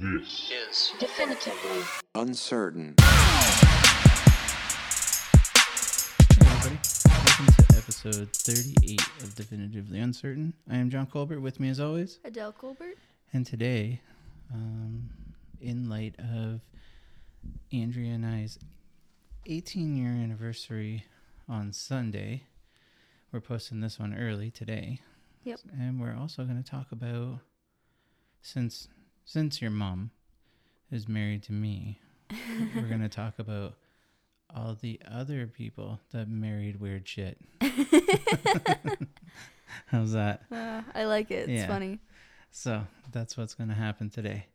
This is Definitively. Uncertain. Hey, everybody. Welcome to episode 38 of Definitively Uncertain. I am John Colbert, with me as always. Adele Colbert. And today, um, in light of Andrea and I's 18 year anniversary on Sunday, we're posting this one early today. Yep. And we're also going to talk about since since your mom is married to me, we're going to talk about all the other people that married weird shit. How's that? Uh, I like it. It's Yeah. funny. So that's what's going to happen today.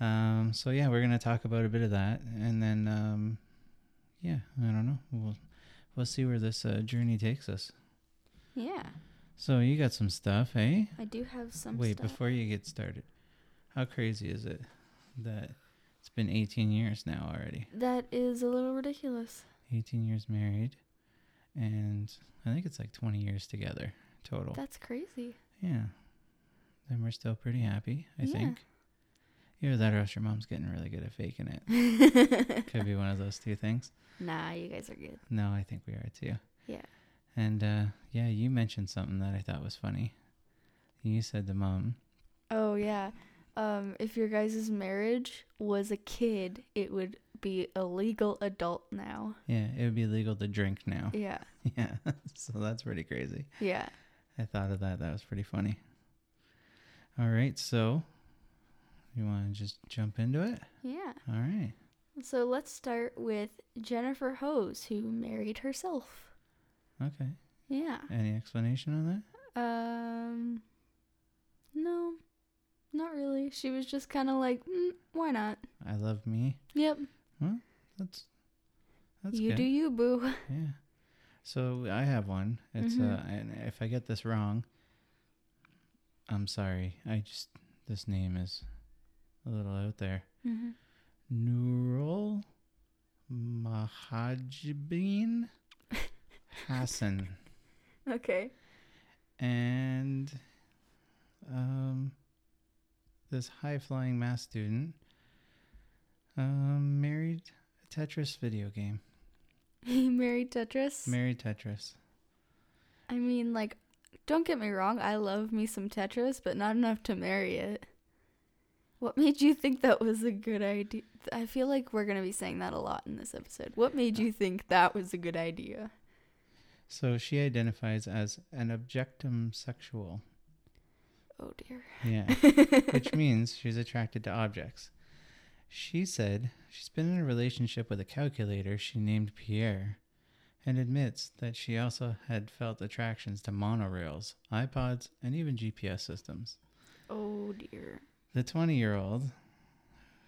Um, so yeah, we're going to talk about a bit of that, and then um, yeah, I don't know. We'll we'll see where this uh, journey takes us. Yeah, So you got some stuff, eh? I do have some Wait, stuff. before you get started, how crazy is it that it's been 18 years now already? that is a little ridiculous. 18 years married, and I think it's like 20 years together total. That's crazy. Yeah. Then we're still pretty happy, I Yeah. think. Either that or else your mom's getting really good at faking it. Could be one of those two things. nah, you guys are good. No, I think we are too. Yeah. And uh, yeah, you mentioned something that I thought was funny. You said to mom, Oh yeah. Um, if your guys' marriage was a kid, it would be a legal adult now. yeah, it would be legal to drink now. Yeah. Yeah. so that's pretty crazy. Yeah. I thought of that. That was pretty funny. All right. So you want to just jump into it? Yeah. All right. So let's start with Jennifer Hose, who married herself. Okay. Yeah. Any explanation on that? Um, no, not really. She was just kind of like, mm, why not? I love me. Yep. That's that's you good. do you, boo. Yeah. So I have one. It's Mhm. uh, and if I get this wrong, I'm sorry. I just this name is a little out there. Mm-hmm. Nurul Mahajibin Hassan, Okay. and um, this high-flying math student um, married a Tetris video game. He married Tetris. Married Tetris. I mean, like, don't get me wrong. I love me some Tetris, but not enough to marry it. What made you think that was a good idea? I feel like we're going to be saying that a lot in this episode. What made you think that was a good idea? So she identifies as an objectum sexual. Oh, dear. Yeah. Which means she's attracted to objects. She said she's been in a relationship with a calculator she named Pierre and admits that she also had felt attractions to monorails, iPods, and even GPS systems. Oh, dear. The 20 year old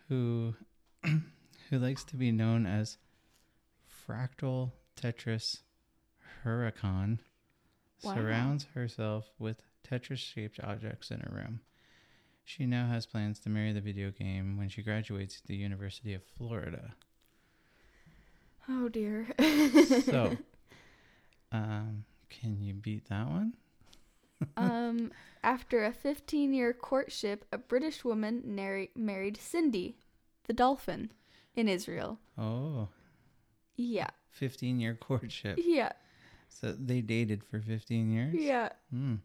who, who likes to be known as Fractal Tetris Huracan Wow. surrounds herself with Tetris shaped objects in her room. She now has plans to marry the video game when she graduates the University of Florida. Oh, dear. So, um, can you beat that one? um, after a 15 year courtship, a British woman narr- married Cindy, the dolphin, in Israel. Oh, Yeah. 15 year courtship. Yeah. So they dated for 15 years? Yeah. Hmm.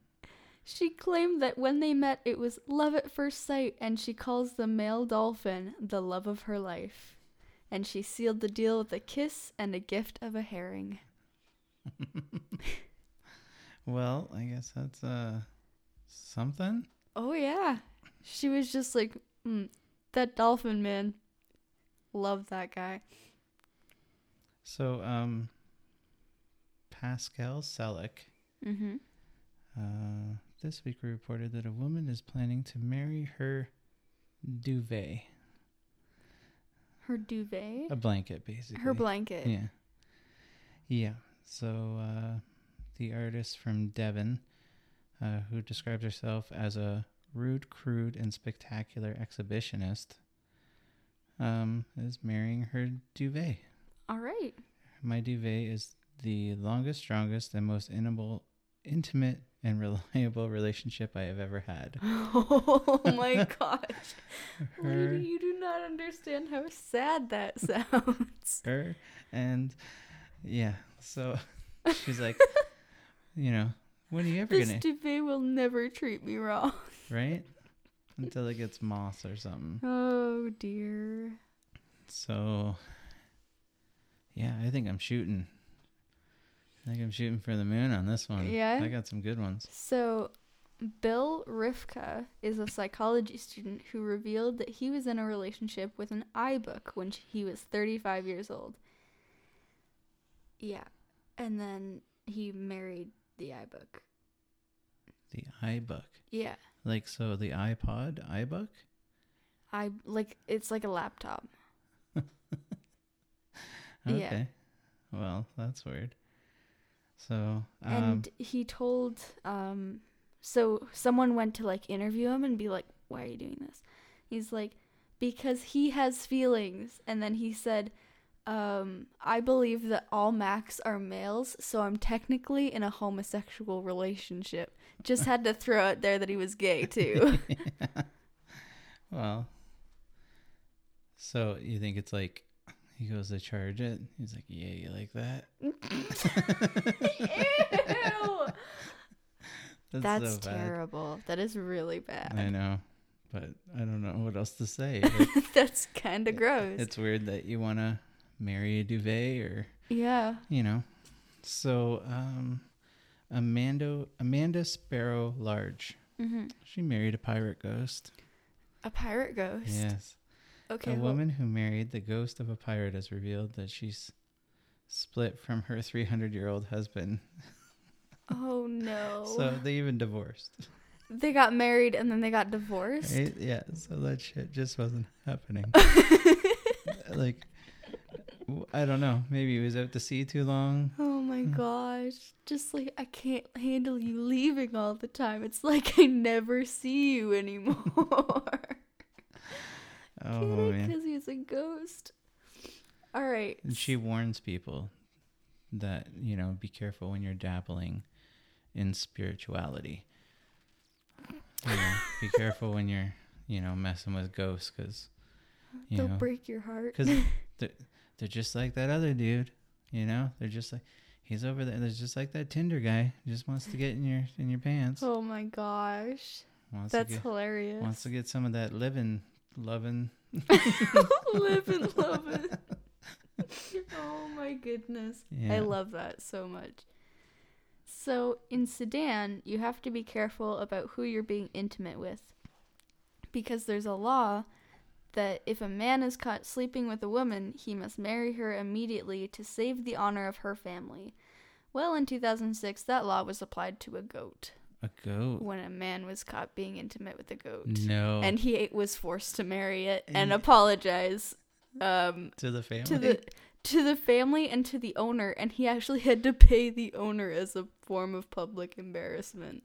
She claimed that when they met, it was love at first sight, and she calls the male dolphin the love of her life. And she sealed the deal with a kiss and a gift of a herring. Well, I guess that's uh something. Oh, yeah. She was just like, mm, that dolphin, man. Love that guy. So, um, Pascal Selleck, Mm hmm. uh, this week reported that a woman is planning to marry her duvet, Her duvet? a blanket, basically. Her blanket. Yeah. Yeah. So, uh, the artist from Devon, uh, who describes herself as a rude, crude, and spectacular exhibitionist, um, is marrying her duvet. All right. My duvet is the longest, strongest, and most innable, intimate and reliable relationship I have ever had. Oh my gosh. Her, Lady, you do not understand how sad that sounds. her, and yeah. So she's like, you know, when are you ever This gonna duvet will never treat me wrong. right? Until it gets moss or something. Oh dear. So yeah, I think I'm shooting. I think I'm shooting for the moon on this one. Yeah? I got some good ones. So, Bill Rifka is a psychology student who revealed that he was in a relationship with an iBook when sh- he was 35 years old. Yeah. And then he married the iBook. The iBook. Yeah. Like so the iPod, iBook? I like it's like a laptop. Yeah. Okay. Well, that's weird. So um and he told um so someone went to like interview him and be like why are you doing this he's like because he has feelings and then he said um i believe that all macs are males so i'm technically in a homosexual relationship just had to throw out there that he was gay too well so you think it's like he goes to charge it he's like yeah you like that Ew! that's so bad. terrible that is really i bad know but i don't know what else to say Like, that's kind of gross it's weird that you want to marry a duvet or yeah you know so um amanda amanda sparrow large hmm she married a pirate ghost a pirate ghost yes okay a hold- woman who married the ghost of a pirate has revealed that she's split from her 300 year old husband. Oh no. So they even divorced. they got married and then they got divorced. Right? Yeah, so that shit just wasn't happening. like, w- I don't know. Maybe he was out to sea too long. Oh my Mm. gosh. Just like I can't handle you leaving all the time. It's like I never see you anymore. Oh, man. Because he's a ghost. All right. And she warns people that, you know, be careful when you're dabbling in spirituality. You know, be careful when you're, you know, messing with ghosts because, you They'll know. break your heart. because they're, they're just like that other dude you know they're just like he's over there there's just like that tinder guy who just wants to get in your in your pants Oh my gosh. wants That's to get, hilarious. wants to get some of that living loving Live and love it. oh my goodness. I Yeah. love that so much. So in Sudan, you have to be careful about who you're being intimate with because there's a law that if a man is caught sleeping with a woman, he must marry her immediately to save the honor of her family. Well, in 2006, that law was applied to a goat a goat when a man was caught being intimate with a goat no and he was forced to marry it and And- apologize um, to the family to the to the family and to the owner and he actually had to pay the owner as a form of public embarrassment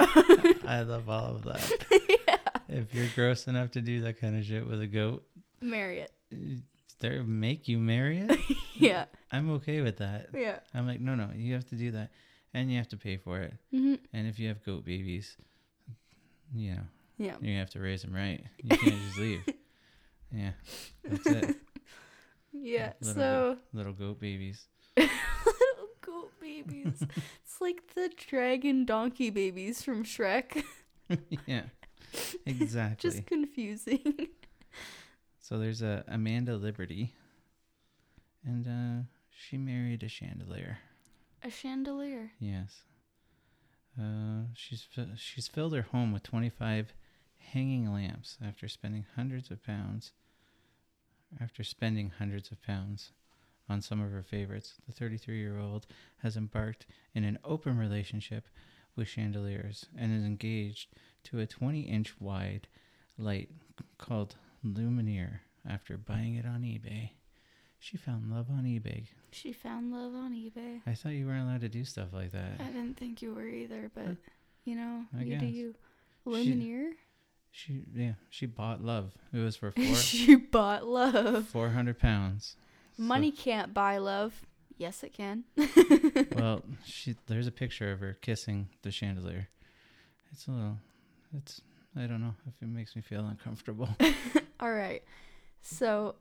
i love all of that if you're gross enough to do that kind of shit with a goat marry it they make you marry it yeah i'm okay with that yeah i'm like no no you have to do that and you have to pay for it hmm and if you have goat babies you know yeah You have to raise them right. You can't just leave. Yeah, that's it. yeah Little so Little goat babies. little goat babies it's like the dragon donkey babies from shrek yeah, exactly. just confusing So there's a Amanda Liberty, and uh, she married a chandelier. a chandelier Yes. Uh, she's fi- she's filled her home with 25 hanging lamps after spending hundreds of pounds. After spending hundreds of pounds on some of her favorites, the 33-year-old has embarked in an open relationship with chandeliers and is engaged to a 20-inch wide light called Lumineer after buying it on eBay. She found love on eBay. she found love on ebay I thought you weren't allowed to do stuff like that. I didn't think you were either, but you know, I you do guess. you. She- Lumineer? She yeah, she bought love. It was for She, four bought love. four hundred pounds. So- Money can't buy love. Yes, it can. well, she there's a picture of her kissing the chandelier. It's a little, it's I don't know if it makes me feel uncomfortable. All right. So,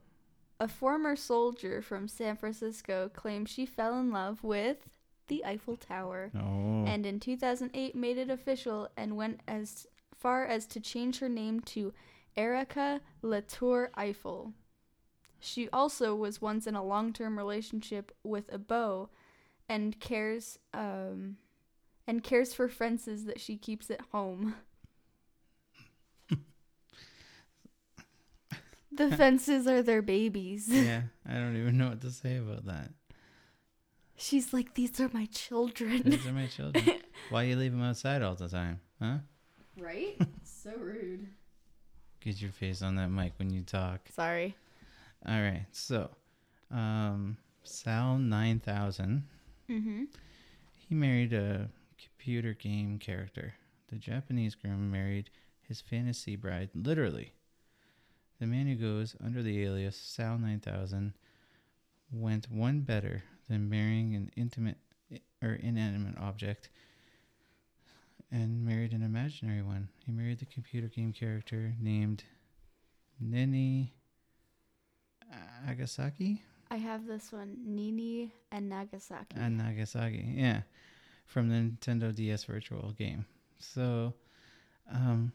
a former soldier from San Francisco claims she fell in love with the Eiffel Tower No, and in 2008 made it official and went as far as to change her name to Erica Latour Eiffel. She also was once in a long term relationship with a beau and cares um and cares for fences that she keeps at home. the fences are their babies. yeah, I don't even know what to say about that. She's like, These are my children. These are my children. Why you leave them outside all the time, huh? Right? so rude. Get your face on that mic when you talk. Sorry. All right, so, um, Sal nine thousand. Mm-hmm. He married a computer game character. The Japanese groom married his fantasy bride, literally. The man who goes under the alias Sal 9000 went one better than marrying an intimate or inanimate object and married an imaginary one. He married the computer game character named Nini Agasaki? I have this one, Nini and Nagasaki. and Uh, Nagasaki, yeah, from the Nintendo DS Virtual game. So, um,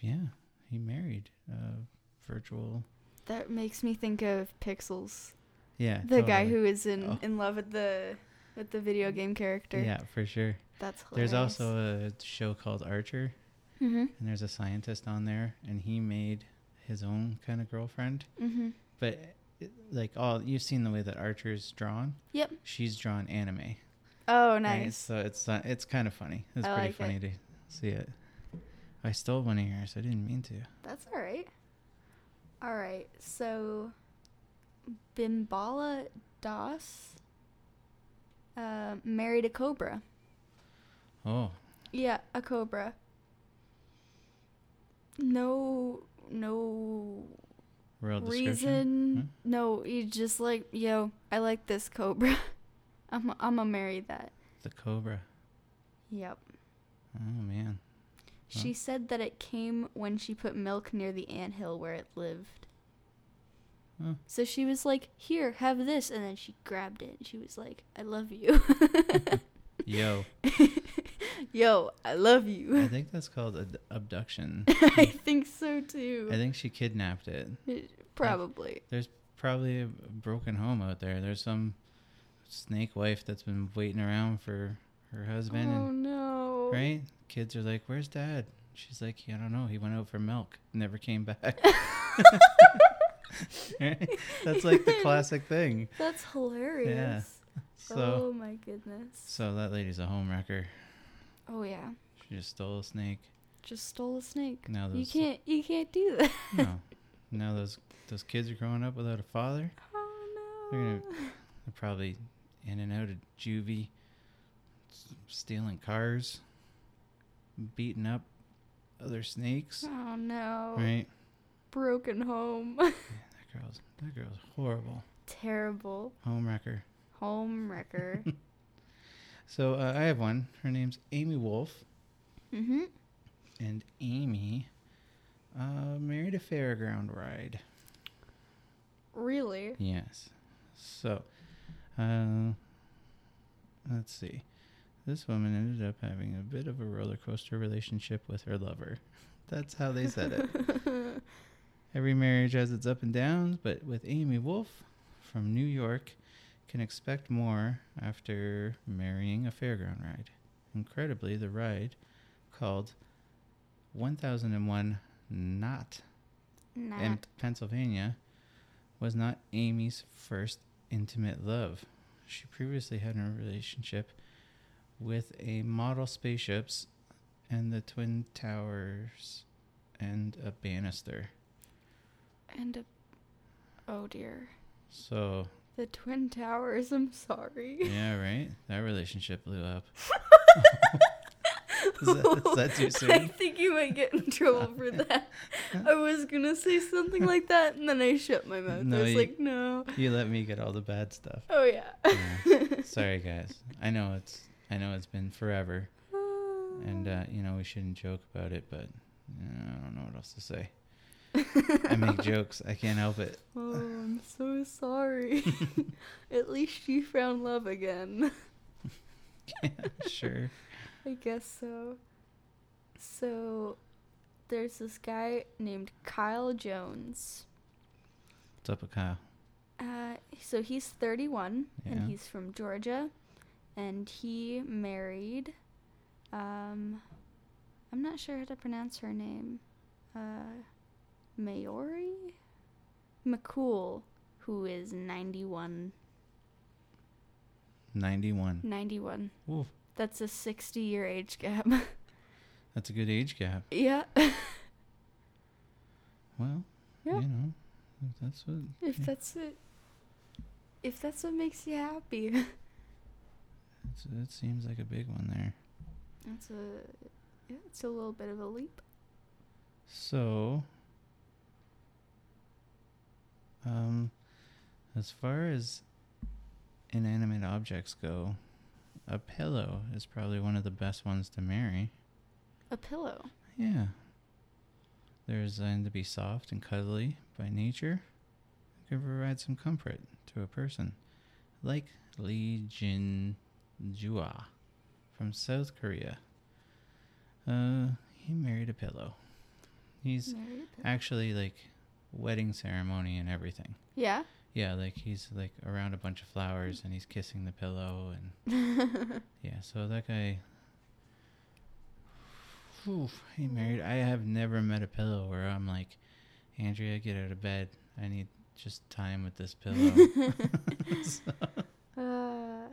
yeah, he married a virtual. that makes me think of Pixels, Yeah, the guy totally. who is in Oh. Mm. in love with the with the video game character. Yeah, for sure. that's hilarious. There's also a show called Archer, mm-hmm. and there's a scientist on there, and he made his own kind of girlfriend. Mm-hmm. But it, like all you've seen the way that Archer's drawn. Yep. She's drawn anime. Oh, Right, nice. So it's uh, it's kind of funny. It's I pretty like funny to see it. I stole one of yours. I didn't mean to. That's all right. All right. So, Bimbala Das uh, married a cobra. Oh, Yeah, a cobra. No, no real description. Hmm? reason. No, you just like, yo, I like this cobra. I'm I'm gonna marry that. The cobra. Yep. Oh man. She said that it came when she put milk near the anthill where it lived. Huh. So she was like, "Here, have this," and then she grabbed it. And she was like, "I love you, Yo, yo, I love I you." think that's called ad- abduction. I think so I too. think she kidnapped it. Probably. Probably a broken home out there. There's some snake wife that's been waiting around for her husband. Oh and, no! Right? Kids are like, "Where's dad?" She's like, "I don't know. He went out for milk. Never came back." Right? That's like the classic thing. That's hilarious. So, oh my goodness. so that lady's a homewrecker. Oh yeah. She just stole a snake. Just stole a snake. Now You those can't you can't do that. no, now those those kids are growing up without a father. Oh They're no. They're probably in and out of juvie, s- stealing cars, beating up other snakes. Oh no. Right? Broken home. That girl's that girl's horrible. Terrible Homewrecker. home wrecker. So uh, I have one. Her name's Amy Wolf. mhm. and Amy uh, married a fairground ride. Really? Yes. So, uh, let's see. This woman ended up having a bit of a roller coaster relationship with her lover. That's how they said it. Every marriage has its up and downs, but with Amy Wolf from New York, can expect more after marrying a fairground ride. Incredibly, the ride, called 1001 Knot Nah. in Pennsylvania was not Amy's first intimate love. She previously had a relationship with a model spaceships and the Twin Towers and a banister. and a, oh dear. So, The twin towers. I'm sorry. yeah, right? That relationship blew up. that- is that too I soon? think you might get in trouble for that. I was gonna say something like that, and then I shut my mouth. No, I was you- like, no. You let me get all the bad stuff. Oh yeah. Sorry, guys. I know it's I know it's been forever, and uh, you know we shouldn't joke about it, but you know, I don't know what else to say. I make jokes. I can't help it. oh, I'm so sorry. At least you found love again. sure. I guess so. So, there's this guy named Kyle Jones. What's up with Kyle? Uh, so he's 31 Yeah. and he's from Georgia, and he married. Um, I'm not sure how to pronounce her name. Uh, Maori McCool, who is 91. Ninety-one. 91. Ooh, That's a 60 year age gap. that's a good age gap. yeah. Well, Yeah. you know, if that's what. If yeah, that's it. If that's what makes you happy. it's, it seems like a big one there. That's a. Yeah, it's a little bit of a leap. So, um, as far as inanimate objects go, a pillow is probably one of the best ones to marry. A pillow. Yeah. They're designed to be soft and cuddly by nature. They can provide some comfort to a person. Like Lee Jin Jua from South Korea. Uh, he married a pillow. He's Married a pillow. actually like wedding ceremony and everything. Yeah. Yeah, like he's like around a bunch of flowers and he's kissing the pillow and yeah, so that guy Oof, he married. I have never met a pillow where I'm like, Andrea, get out of bed. I need just time with this pillow. So, Uh,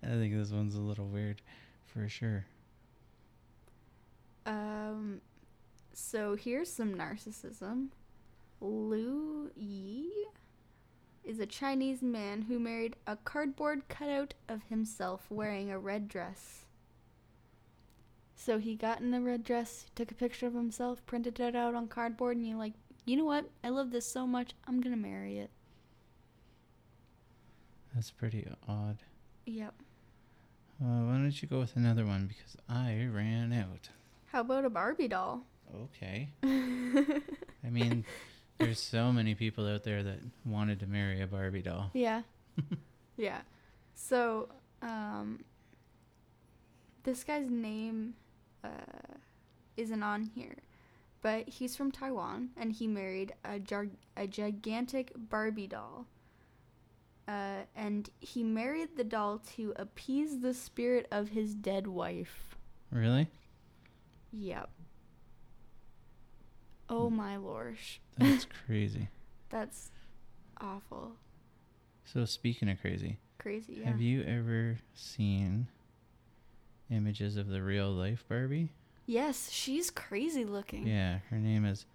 I think this one's a little weird for sure. um, so here's some narcissism. Lu Yi is a Chinese man who married a cardboard cutout of himself wearing a red dress. So he got in a red dress, took a picture of himself, printed it out on cardboard, and you're like, you know what? I love this so much, I'm gonna marry it. That's pretty odd. Yep. Uh, why don't you go with another one because I ran out. How about a Barbie doll? Okay. I mean, there's so many people out there that wanted to marry a Barbie doll. Yeah. yeah. So, um, this guy's name uh, isn't on here, but he's from Taiwan and he married a, jar- a gigantic Barbie doll. Uh, and he married the doll to appease the spirit of his dead wife. Really? Yep. Oh my lorsh. That's crazy. That's awful. So speaking of crazy, Crazy. Yeah. have you ever seen images of the real life Barbie? Yes, she's crazy looking. Yeah, her name is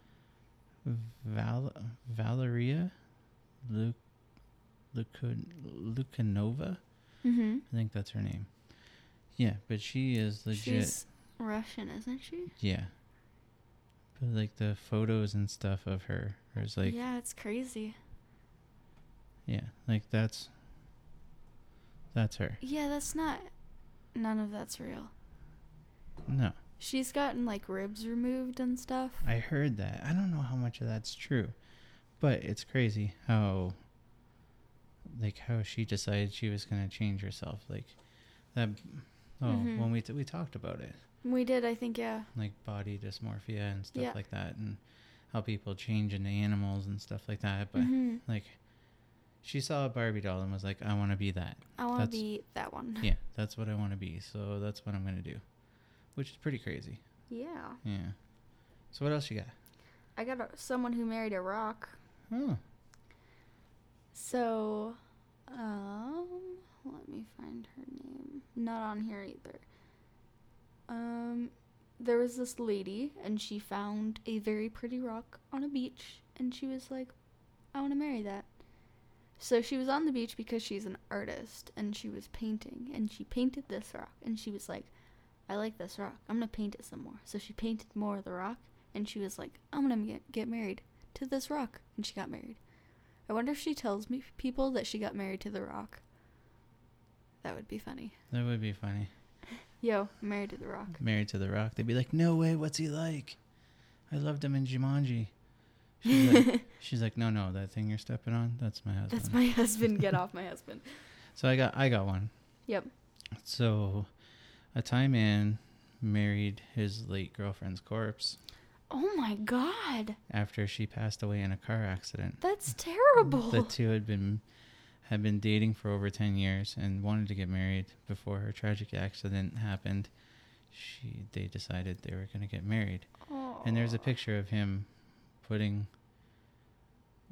Val- Valeria Lu- Lucan- Lucanova. Mm-hmm. I think that's her name. Yeah, but she is legit. She's Russian, isn't she? yeah. But like the photos and stuff of her, there's like yeah, it's crazy. Yeah, like that's that's her. Yeah, that's not. None of that's real. No, She's gotten like ribs removed and stuff. I heard that. I don't know how much of that's true, but it's crazy how like how she decided she was gonna change herself. Like that. Oh, Mhm. when we t- we talked about it, we did, I think, yeah. like body dysmorphia and stuff Yeah. like that, and how people change into animals and stuff like that. But Mhm. like, she saw a Barbie doll and was like, "I want to be that." I want to that's- be that one. yeah, that's what I want to be. So that's what I'm gonna do, which is pretty crazy. Yeah. Yeah. So what else you got? I got a, someone who married a rock. Oh, So, um, let me find her name. Not on here either. Um, there was this lady, and she found a very pretty rock on a beach, and she was like, I want to marry that. So she was on the beach because she's an artist, and she was painting, and she painted this rock, and she was like, I like this rock. I'm going to paint it some more. So she painted more of the rock, and she was like, I'm going to get, get married to this rock. And she got married. I wonder if she tells me people that she got married to the rock. That would be funny. That would be funny. Yo, I'm married to the rock. Married to the Rock. They'd be like, "No way, what's he like? I loved him in Jumanji." She's like, she's like "No, no, that thing you're stepping on, that's my husband." That's my husband. Get off my husband. so I got I got one. Yep. So, a Thai man married his late girlfriend's corpse Oh my god. after she passed away in a car accident. That's terrible. The two had been had been dating for over 10 years and wanted to get married before her tragic accident happened. She they decided they were going to get married. And there's a Aw. picture of him putting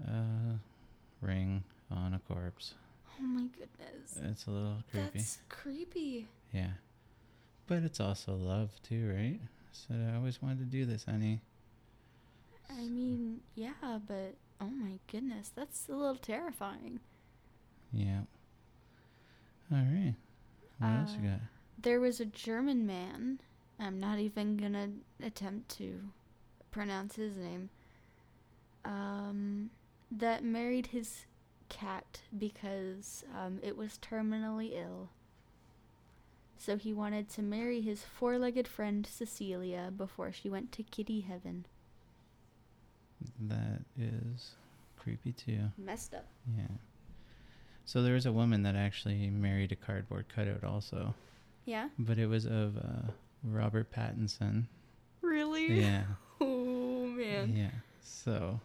a ring on a corpse. Oh my goodness. It's a little creepy. That's creepy. Yeah. But it's also love too, right? So I always wanted to do this, honey. I mean, yeah, but oh my goodness, that's a little terrifying. Yeah. All right. What else you Uh, got? There was a German man. I'm not even gonna attempt to pronounce his name. Um, that married his cat because um, it was terminally ill. So he wanted to marry his four legged friend Cecilia before she went to kitty heaven. That is creepy too. Messed up. Yeah. So there was a woman that actually married a cardboard cutout also, Yeah? but it was of uh, Robert Pattinson. Really? Yeah. Oh, man. Yeah. So,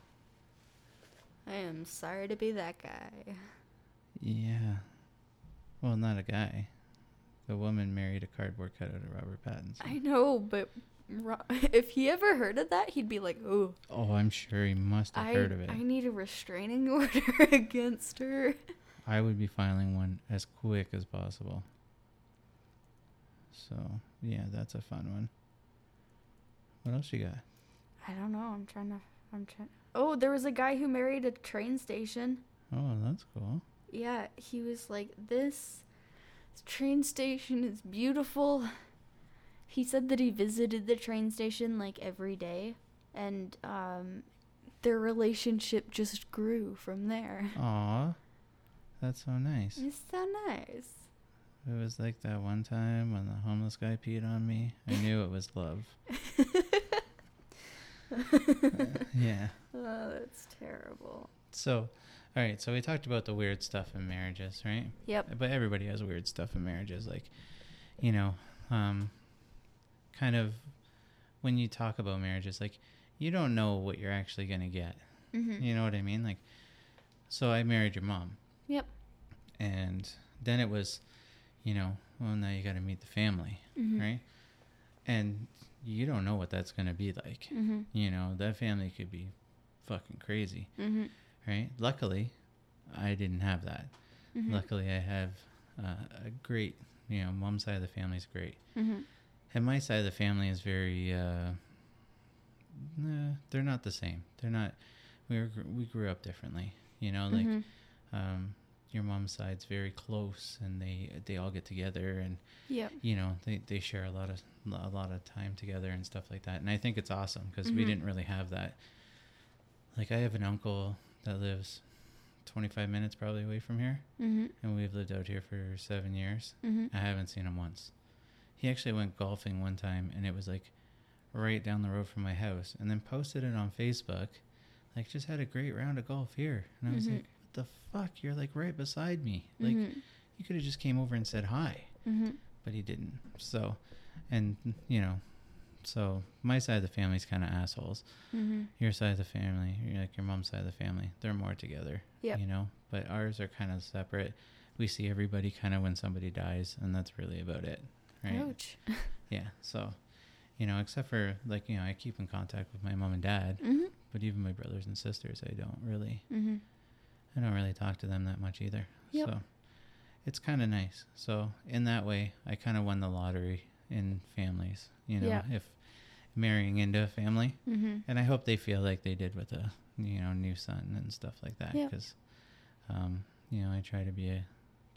I am sorry to be that guy. yeah. Well, not a guy. The woman married a cardboard cutout of Robert Pattinson. I know, but Ro- if he ever heard of that, he'd be like, "Oh, oh, I'm sure he must have I heard of it. I need a restraining order against her." I would be filing one as quick as possible. So, yeah, that's a fun one. What else you got? I don't know. I'm trying to. I'm trying. Oh, there was a guy who married a train station. Oh, that's cool. Yeah, he was like, "This train station is beautiful." He said that he visited the train station like every day, and um, their relationship just grew from there. Aw, that's so nice. It's so nice. It was like that one time when the homeless guy peed on me. I knew it was love. yeah. Oh, that's terrible. So, all right. So we talked about the weird stuff in marriages, right? Yep. But everybody has weird stuff in marriages, like, you know, um, kind of when you talk about marriages, like you don't know what you're actually gonna get. Mm-hmm. You know what I mean? Like, so I married your mom. Yep. And then it was, you know, well now you got to meet the family, Mhm. right? And you don't know what that's gonna be like. Mm-hmm. You know, that family could be fucking crazy, Mm-hmm. right? Luckily, I didn't have that. Mm-hmm. Luckily, I have uh, a great, you know, mom's side of the family is great. Mm-hmm. And my side of the family is very, uh, nah, they're not the same. They're not, we, were, gr- we grew up differently, you know, like Mhm. um, your mom's side's very close and they, they all get together and, Yep. you know, they, they share a lot of, a lot of time together and stuff like that. And I think it's awesome because we Mhm. didn't really have that. Like I have an uncle that lives 25 minutes probably away from here Mm-hmm. and we've lived out here for seven years. Mm-hmm. I haven't seen him once. He actually went golfing one time, and it was like right down the road from my house, and then posted it on Facebook, like just had a great round of golf here, and I was Mhm. like, "What the fuck? You're like right beside me. Like you could have just came over and said hi." mm-hmm. but he didn't. So, and you know, so my side of the family's kind of assholes. Mm-hmm. Your side of the family, you like your mom's side of the family, they're more together. Yep. You know, but ours are kind of separate. We see everybody kind of when somebody dies, and that's really about it, right? Ouch. Yeah. So, you know, except for like you know, I keep in contact with my mom and dad, Mm-hmm. but even my brothers and sisters, I don't really, Mm-hmm. I don't really talk to them that much either. Yep. So, it's kind of nice. So in that way, I kind of won the lottery in families. You know, Yeah. if marrying into a family, Mm-hmm. and I hope they feel like they did with a you know new son and stuff like that. Yep. Because, um, you know, I try to be a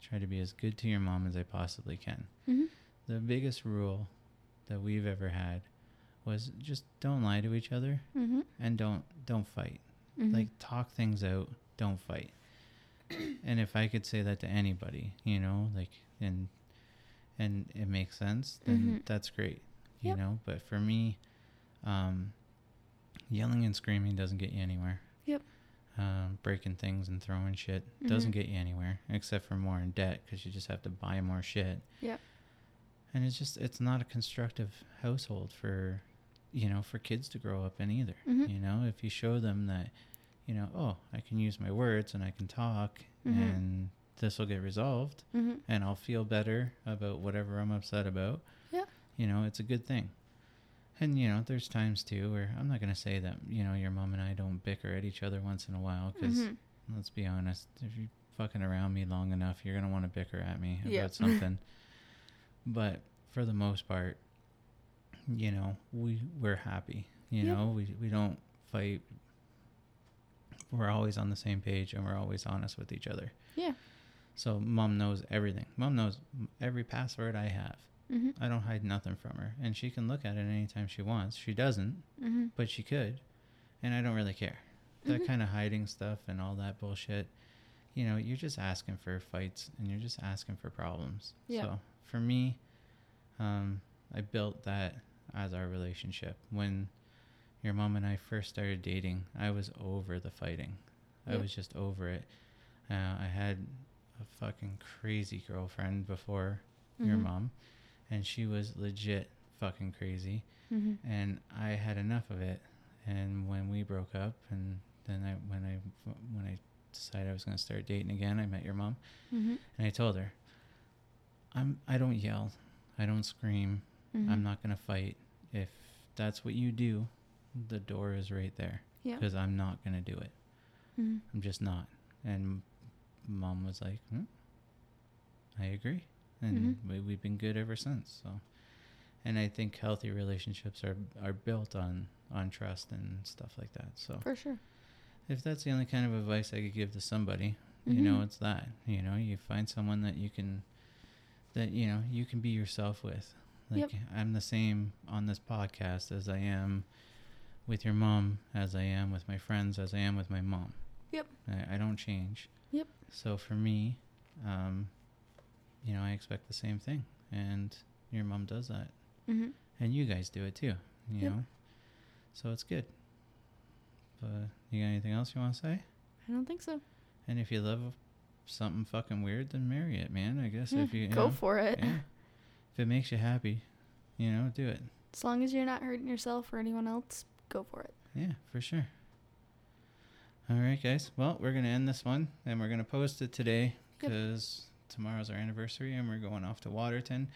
try to be as good to your mom as I possibly can. Mm-hmm. The biggest rule that we've ever had was just don't lie to each other Mm-hmm. and don't don't fight. mm-hmm. Like talk things out, don't fight. and if I could say that to anybody, you know, like and and it makes sense, then Mhm. that's great. You Yep. know, but for me, um yelling and screaming doesn't get you anywhere. Yep. Um, breaking things and throwing shit Mhm. doesn't get you anywhere except for more in debt because you just have to buy more shit. Yep. And it's just it's not a constructive household for you know for kids to grow up in either. Mhm. You know, if you show them that you know, oh, I can use my words and I can talk Mhm. and this will get resolved Mm-hmm. and I'll feel better about whatever I'm upset about. Yeah. You know, it's a good thing. And, you know, there's times too where I'm not going to say that, you know, your mom and I don't bicker at each other once in a while because, Mm-hmm. let's be honest, if you're fucking around me long enough, you're going to want to bicker at me Yeah. about something. But for the most part, you know, we, we're happy. You Yeah. know, we, we don't fight. We're always on the same page and we're always honest with each other. Yeah. So mom knows everything. Mom knows m- every password I have. Mm-hmm. I don't hide nothing from her, and she can look at it anytime she wants. She doesn't, Mm-hmm. but she could, and I don't really care. That Mhm. kind of hiding stuff and all that bullshit, you know, you're just asking for fights and you're just asking for problems. Yeah. So for me, um, I built that as our relationship. When your mom and I first started dating, I was over the fighting. I Yep. was just over it. Uh, I had a fucking crazy girlfriend before your Mm-hmm. mom, and she was legit fucking crazy. Mm-hmm. And I had enough of it. And when we broke up, and then I when I when I decided I was gonna start dating again, I met your mom, Mm-hmm. and I told her, I'm I don't yell, I don't scream, Mm-hmm. I'm not gonna fight. If that's what you do, the door is right there. Yeah. Because I'm not gonna do it. Mm-hmm. I'm just not. And mom was like, hmm, I agree. And Mhm. we, we've been good ever since. So, and I think healthy relationships are, are built on, on trust and stuff like that. So For sure. if that's the only kind of advice I could give to somebody, you know, Mhm. it's that, you know, you find someone that you can, that, you know, you can be yourself with. Yep. Like I'm the same on this podcast as I am with your mom, as I am with my friends, as I am with my mom. Yep. I, I don't change. Yep. So for me, um, you know, I expect the same thing, and your mom does that, Mm-hmm. and you guys do it too. You Yep. know, so it's good. But you got anything else you want to say? I don't think so. And if you love something fucking weird, then marry it, man. I guess if Yeah, you, you Go know, for it. yeah. if it makes you happy, you know, do it. As long as you're not hurting yourself or anyone else, go for it. Yeah, for sure. All right, guys. Well, we're going to end this one and we're going to post it today Yep. because tomorrow's our anniversary and we're going off to Waterton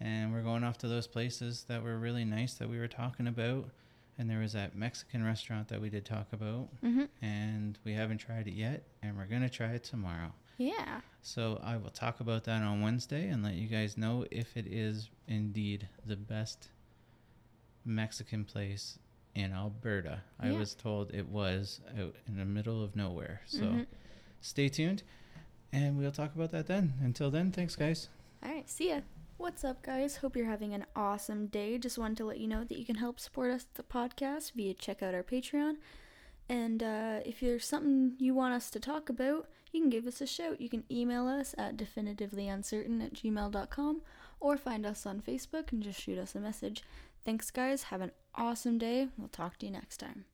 and we're going off to those places that were really nice that we were talking about. And there was that Mexican restaurant that we did talk about Mm-hmm. and we haven't tried it yet and we're going to try it tomorrow. Yeah. So I will talk about that on Wednesday and let you guys know if it is indeed the best Mexican place in Alberta. I Yeah. was told it was out in the middle of nowhere. So Mhm. stay tuned and we'll talk about that then. Until then, thanks guys. All right, see ya. What's up, guys? Hope you're having an awesome day. Just wanted to let you know that you can help support us at the podcast via check out our Patreon. And uh, if there's something you want us to talk about, you can give us a shout. You can email us at definitivelyuncertain at gmail.com or find us on Facebook and just shoot us a message. Thanks, guys. Have an awesome day. We'll talk to you next time.